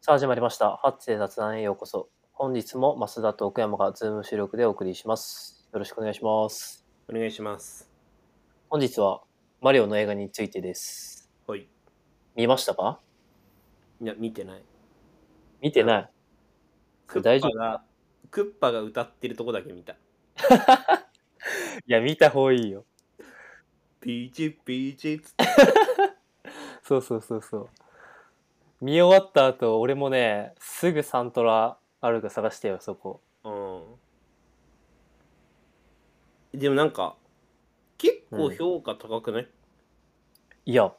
さあ始まりました。ハッチで雑談へようこそ。本日も増田と奥山がズーム収録でお送りします。よろしくお願いします。お願いします。本日はマリオの映画についてです。ほい。見ましたかいや、見てない。見てない。クッ大丈パ夫が、クッパが歌ってるとこだけ見た。いや、見た方がいいよ。ピーチピーチっつって。そうそうそうそう。見終わった後、俺もね、すぐサントラあるか探してよ、そこ。うん。でもなんか、結構評価高くない、いや、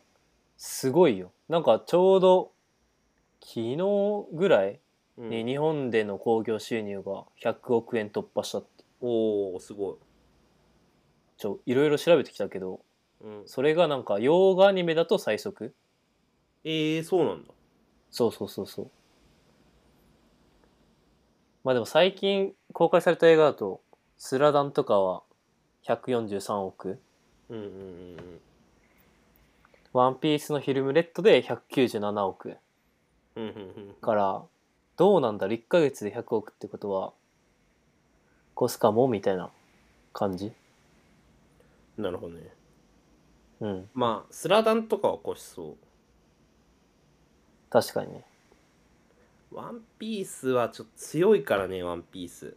すごいよ。なんかちょうど昨日ぐらいうんに日本での興行収入が100億円突破したって。おー、すごちょいろいろ調べてきたけどい。うん、それがなんか洋画アニメだと最速えー、そうなんだ。そうそうそうそうまあでも最近公開された映画だと「スラダン」とかは143億うんうんうんうん「ワンピースのフィルムレッド」で197億うんうんうん。からどうなんだろう1ヶ月で100億ってことはコスかもみたいな感じなるほどね。うんまあ、スラダンとかは越しそ確かにねう。ワンピースはちょっと強いからね、ワンピース。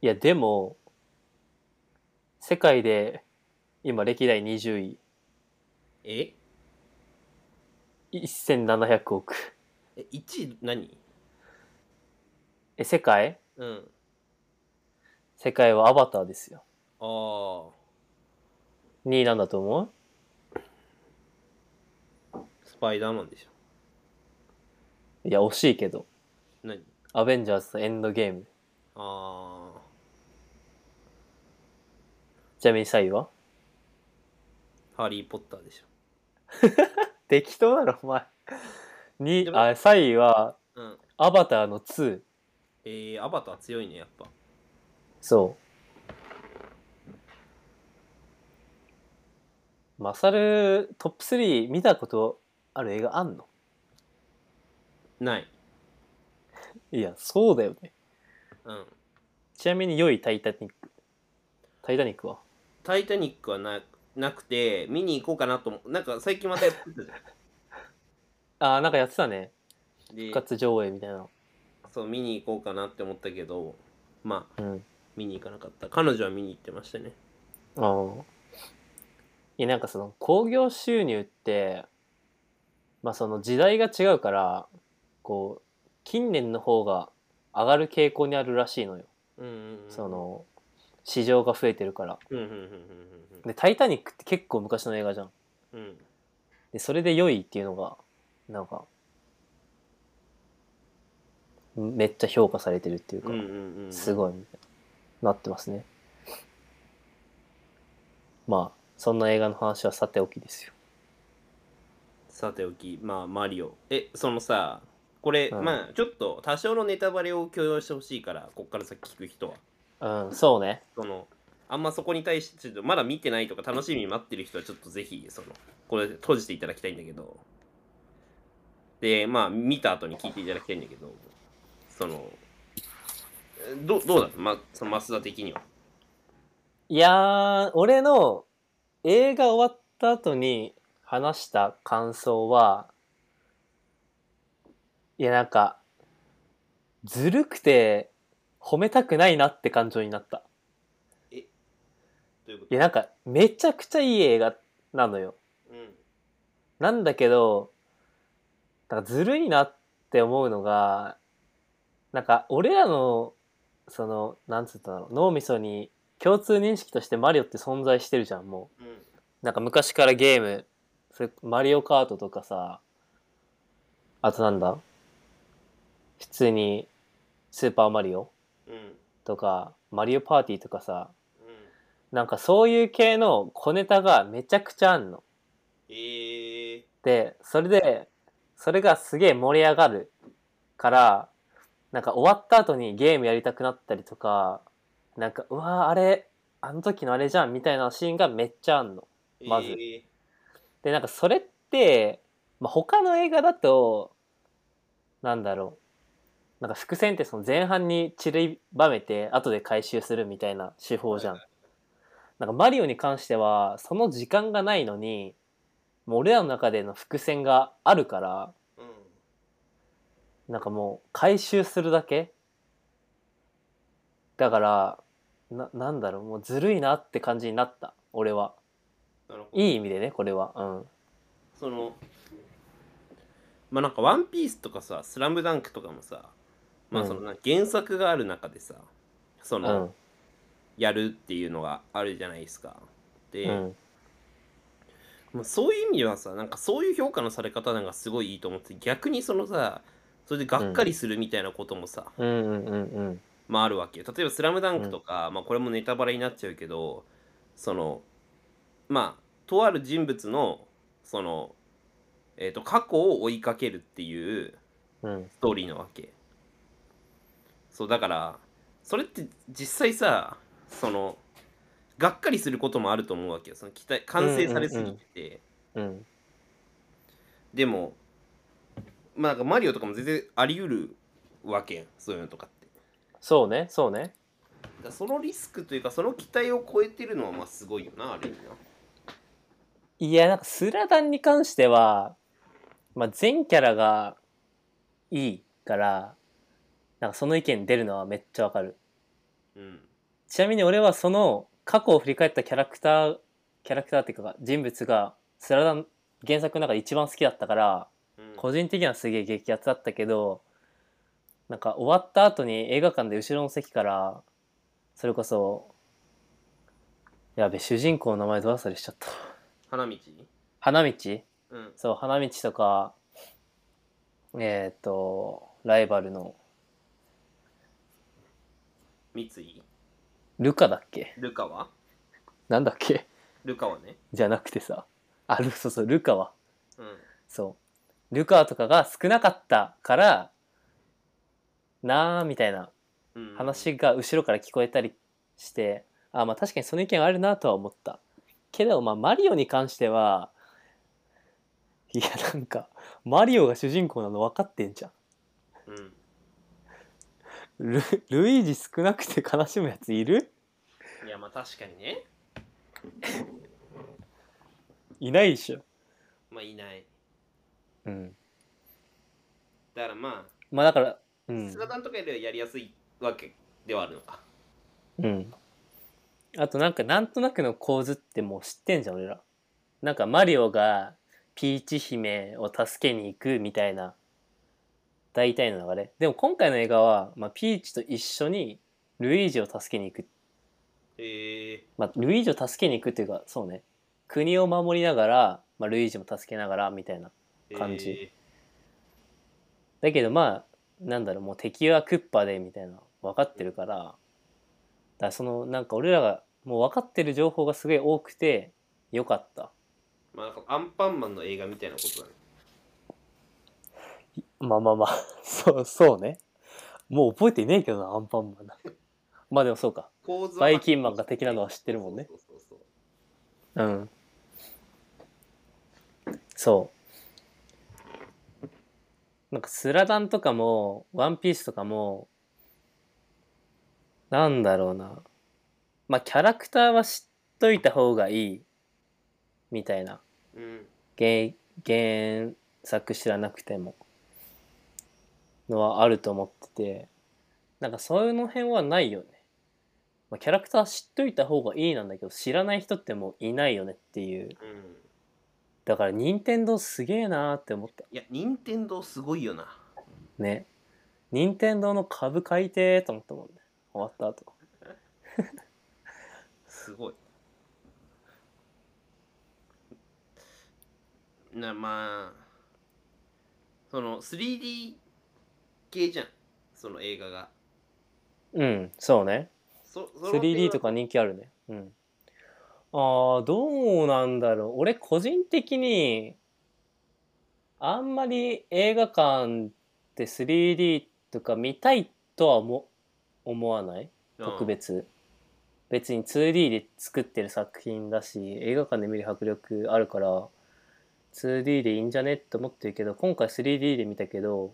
いやでも世界で今歴代20位え1700億え、1位何え世界うん。世界はアバターですよあー。 2位なんだと思うスパイダーマンでしょ。いや惜しいけど何アベンジャーズとエンドゲームああ。ちなみに3位はハリー・ポッターでし適当だろお前にでもあ3位はょ。うん。アバターの2えー、アバター強いね、やっぱ。そうマサルトップ3見たことある映画あんのない。いやそうだよねうん。ちなみに良いタイタニックタイタニックはタイタニックはななくて、見に行こうかなと思う。なんか最近またやってたじあーなんかやってたね ゃん。で復、活上映みたいなそう、見に行こうかなって思ったけど、まあ、うん見に行かなかった。彼女は見に行ってましたね。ああ。いや、なんかその、興行収入って、まあその時代が違うから、こう、近年の方が上がる傾向にあるらしいのよ。うんうんうん。そ。の、市場が増えてるから。うんうんうんうんで、タイタニックって結構昔の映画じゃん。うんうん。うん。で、それで良いっていうのが、なんか、めっちゃ評価されてるっていうか、うんうんうん。すい。ごいみたいな、なってますね。まあ、そんな映画の話はさておきですよ。さておき、まあ、マリオ。え、そのさ、これ、うんまあ、ちょっと多少のネタバレを許容してほしいから、こっから先聞く人は。うん、そうね。そのあんまそこに対してちょっとまだ見てないとか楽しみに待ってる人はちょっとぜひそのこれ閉じていただきたいんだけどでまあ見た後に聞いていただきたいんだけどそのえどどうだった、ま、その増田的にはいやー、俺の映画終わった後に話した感想は、いや、なんか、ずるくて褒めたくないなって感情になった。というこいや、なんか、めちゃくちゃいい映画なのよ。うなんだけど、なんかずるいなって思うのが、なんか俺らの、その、なんつったんだろう、脳みそに共通認識としてマリオって存在してるじゃん、もう。んうんなんか昔からゲーム、それマリオカートとかさ、あとなんだ普通にスーパーマリオうんとか、マリオパーティーとかさ、うんなんかそういう系の小ネタがめちゃくちゃあんの。ええで、それで、それがすげえ盛り上がるから、なんか終わった後にゲームやりたくなったりとか、なんか、うわーあれ、あの時のあれじゃんみたいなシーンがめっちゃあんの。まずえでなんかそれって、まあ、他の映画だとなんだろうなんか伏線ってその前半に散りばめて後で回収するみたいな手法じゃん。なんかマリオに関してはその時間がないのにもう俺らの中での伏線があるからうんなんかもう回収するだけだからななんだろうもうずるいなって感じになった俺はなるほどいい意味でねこれはうんそのまあなんか「ワンピースとかさ「スラムダンクとかもさまあそのな原作がある中でさそうの、んやるっていうのがあるじゃないですか。で、うんまあ、そういう意味ではさなんかそういう評価のされ方なんかすごいいいと思って逆にそのさそれでがっかりするみたいなこともさ、うんうんうんうんまああるわけよ例えば「スラムダンクとか、まあこれもネタバレになっちゃうけどそのまあとある人物のそのえっ、と過去を追いかけるっていううんストーリーなわけそうだからそれって実際さそのがっかりすることもあると思うわけよその期待完成されすぎてて、うんでもまあなんかマリオとかも全然あり得るわけやんそういうのとかってそうねそうねだからそのリスクというかその期待を超えてるのはまあすごいよなある意味ないやなんかスラダンに関しては、まあ、全キャラがいいからなんかその意見出るのはめっちゃわかるうんちなみに俺はその過去を振り返ったキャラクターキャラクターっていうか人物がスラダン原作の中で一番好きだったからうん個人的にはすげえ激アツだったけどなんか終わった後に映画館で後ろの席からそれこそやべ主人公の名前ど忘れしちゃった花道花道うんそう花道とかえっ、とライバルの三井ルカだっけルカはなんだっけルカはねじゃなくてさあルそうそうルカはうんそうルカとかが少なかったからなあみたいなうん話が後ろから聞こえたりして、あまあ確かにその意見あるなとは思ったけどまあマリオに関してはいやなんかマリオが主人公なの分かってんじゃんうんルルイージ少なくて悲しむやついるいやまあ確かにねいないでしょ、まあいないうん、だからまあ、まあだからうんスラダンとかよりはやりやすいわけではあるのかうんあとなんかなんとなくの構図ってもう知ってんじゃん俺らなんかマリオがピーチ姫を助けに行くみたいな大体の流れでも今回の映画は、まあ、ピーチと一緒にルイージを助けに行く、へえまあ、ルイージを助けに行くっていうかそうね国を守りながら、まあ、ルイージも助けながらみたいな感じえだけどまあなんだろうもう敵はクッパでみたいな分かってるからだからそのなんか俺らがもう分かってる情報がすごい多くてよかったーまあなんかアンパンマンの映画みたいなことだねまあまあまあ そうそうねもう覚えてねえけどなアンパンマンなんかまあでもそうか構図はバイキンマンが敵なのは知ってるもんねそうそうそうそううんそうなんか「スラダン」とかも「ワンピース」とかもなんだろうなまあキャラクターは知っといた方がいいみたいなうん原原作知らなくてものはあると思っててなんかそういうの辺はないよね、まあ、キャラクター知っといた方がいいなんだけど知らない人ってもういないよねっていううんだから任天堂すげえなーって思ったいや任天堂すごいよなね任天堂の株買いてーと思ったもんね終わった後すごいなまあその 3D 系じゃんその映画がうんそうねそその点は 3D とか人気あるねうんああどうなんだろう俺個人的にあんまり映画館で 3D とか見たいとは思思わないうん特別、別に 2D で作ってる作品だし映画館で見る迫力あるから 2D でいいんじゃねって思ってるけど今回 3D で見たけど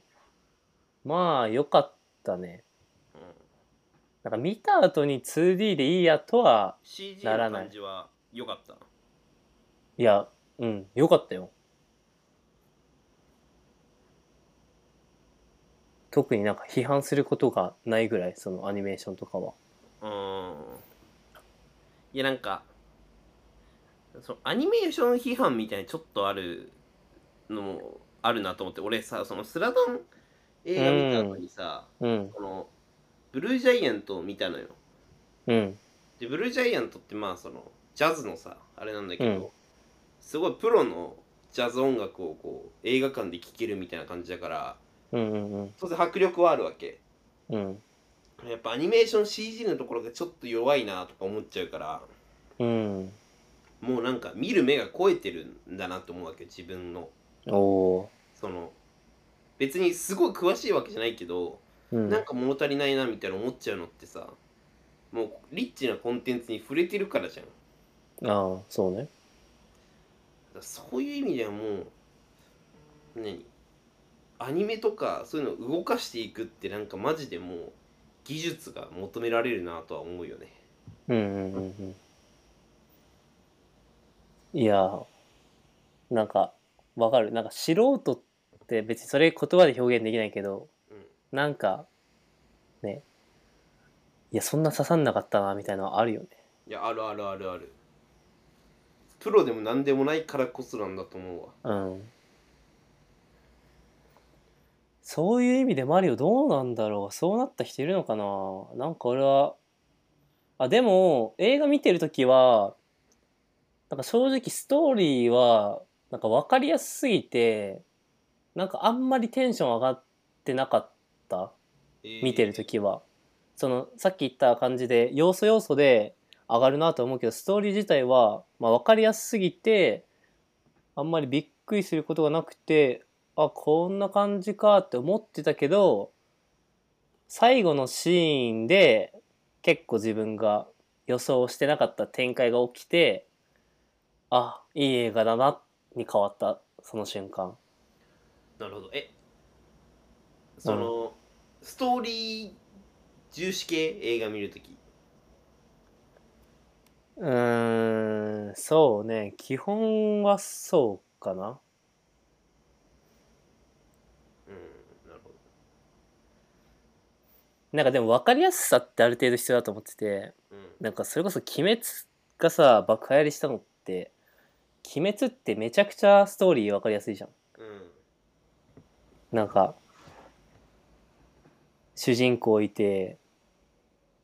まあ良かったねうん、なんか見た後に 2D でいいやとは CG なのらない感じは良かったいやうん良かったよ特になんか批判することがないぐらいそのアニメーションとかはうんいやなんかそのアニメーション批判みたいにちょっとあるのもあるなと思って俺さそのスラダン映画見た後にさ、うんこのブルージャイアントを見たのようんでブルージャイアントってまあそのジャズのさあれなんだけど、うんすごいプロのジャズ音楽をこう映画館で聴けるみたいな感じだからうんうんうん当然迫力はあるわけうんやっぱアニメーション CG のところがちょっと弱いなとか思っちゃうからうんもうなんか見る目が超えてるんだなと思うわけ自分のおおその別にすごい詳しいわけじゃないけど、ーうんなんか物足りないなみたいな思っちゃうのってさもうリッチなコンテンツに触れてるからじゃんだかああそうねらそういう意味ではもう何アニメとかそういうのを動かしていくってなんかマジでもう技術が求められるなとは思うよねうんうんうんうんいやなんかわかるなんか素人って別にそれ言葉で表現できないけどうんなんかねいやそんな刺さんなかったなみたいなのはあるよねいやあるあるあるあるプロでも何でもないからこそなんだと思うわうんそういう意味でマリオどうなんだろうそうなった人いるのかななんか俺はあでも映画見てる時はなんか正直ストーリーはなんか分かりやすすぎてなんかあんまりテンション上がってなかった見てる時は、そのさっき言った感じで要素要素で上がるなと思うけどストーリー自体は、まあ、分かりやすすぎてあんまりびっくりすることがなくてあこんな感じかって思ってたけど最後のシーンで結構自分が予想してなかった展開が起きてあいい映画だなに変わったその瞬間。なるほどえその、ストーリー重視系映画見るときうーん、そうね。基本はそうかな。うんなるほなんかでも分かりやすさってある程度必要だと思ってて、どうんなんかそれこそ鬼滅がさ、爆破やりしたのって、鬼滅ってめちゃくちゃストーリー分かりやすいじゃん。うんなんか、主人公いて、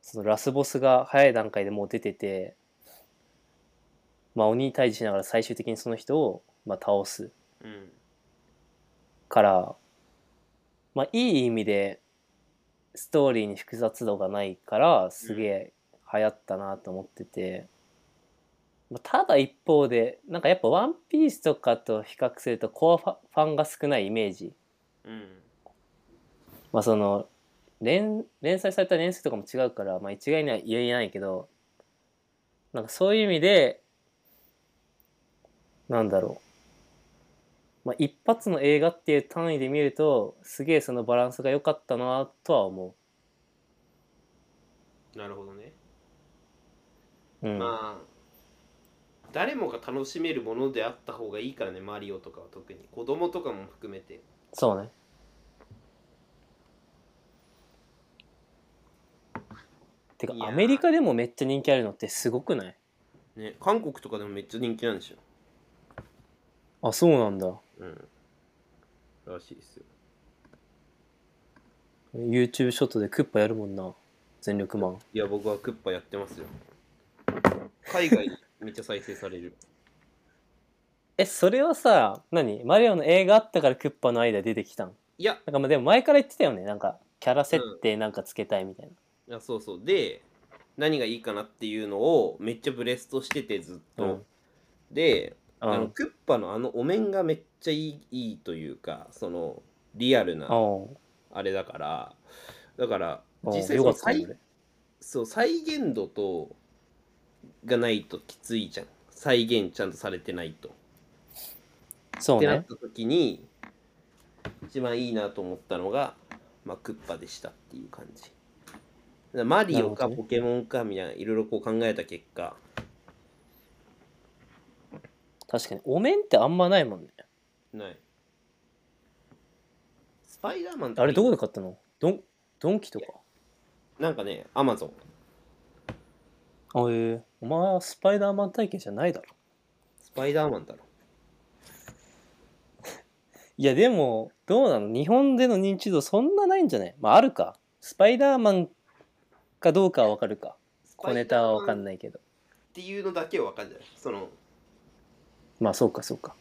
そのラスボスが早い段階でもう出てて、まあ鬼退治しながら最終的にその人を、まあ、倒す。うんから、まあ、いい意味でストーリーに複雑度がないからすげえ流行ったなと思ってて、まあ、ただ一方でなんかやっぱ「ワンピースとかと比較するとコアファファンが少ないイメージ、うんまあ、その連連載された年数とかも違うから、まあ、一概には言えないけどなんかそういう意味でなんだろう、まあ、一発の映画っていう単位で見るとすげえそのバランスが良かったなとは思なるほどね、う。うん、まあ誰もが楽しめるものであった方がいいからねマリオとかは特に子供とかも含めてそうね。てかいやーアメリカでもめっちゃ人気あるのってすごくないね韓国とかでもめっちゃ人気なんでしょあそうなんだ。うんらしいですよ YouTube ショットでクッパやるもんな全力マン。いや僕はクッパやってますよ海外でめっちゃ再生されるえそれはさ何マリオの映画あったからクッパの間出てきたんいやなんかまあでも前から言ってたよねなんかキャラ設定なんかつけたいみたいな、いやそうそうで何がいいかなっていうのをめっちゃブレストしててずっと、うんで、うん、あのクッパのあのお面がめっちゃいいいいというかそのリアルなおあれだからだからう実際よそかのったね再そう再現度とがないときついじゃん再現ちゃんとされてないと。俺そうってなっねた時に一番いいなと思ったのがまあ、クッパでしたっていう感じ。だからマリオかなるほどねポケモンかみたいないろいろこう考えた結果、確かにお面ってあんまないもんねない。スパイダーマンとかあれどこで買ったのドンドンキとかなんかね、アマゾン。あえー、お前はスパイダーマン体験じゃないだろスパイダーマンだろ。いやでもどうなの日本での認知度そんなないんじゃないまああるかスパイダーマンかどうかはわかるか小ネタはわかんい。っないけどていうのだけはわかんない。その、まあそうかそうか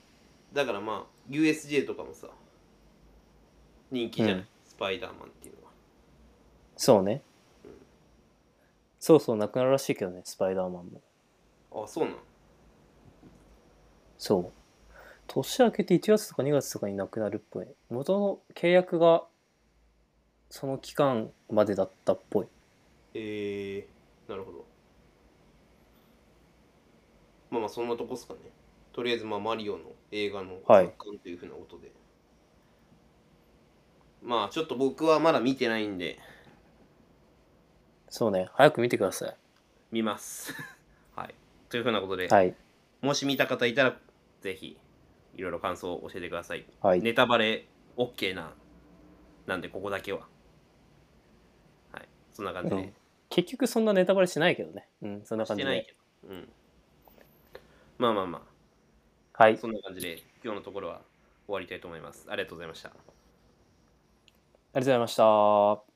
だからまあ、USJ とかもさ、人気じゃない、うんスパイダーマンっていうのは。そうねそうそうなくなるらしいけどねスパイダーマンもあ、そうなのそう年明けて1月とか2月とかになくなるっぽい元の契約がその期間までだったっぽいえー、なるほど。まあまあ、そんなとこっすかね。とりあえず、まあ、マリオの映画のはい作というふうなことで。まあ、ちょっと僕はまだ見てないんで、そうね早く見てください見ます。 はい。というふうなことで、はいもし見た方いたら、ぜひ、いろいろ感想を教えてください。はい、ネタバレ OK な、なんで、ここだけは。はい。そんな感じで。うん結局そんなネタバレしないけどねうんそんなし感てじないでけど。うん。まあまあまあ。はいそんな感じで今日のところは終わりたいと思います。ありがとうございました。ありがとうございました。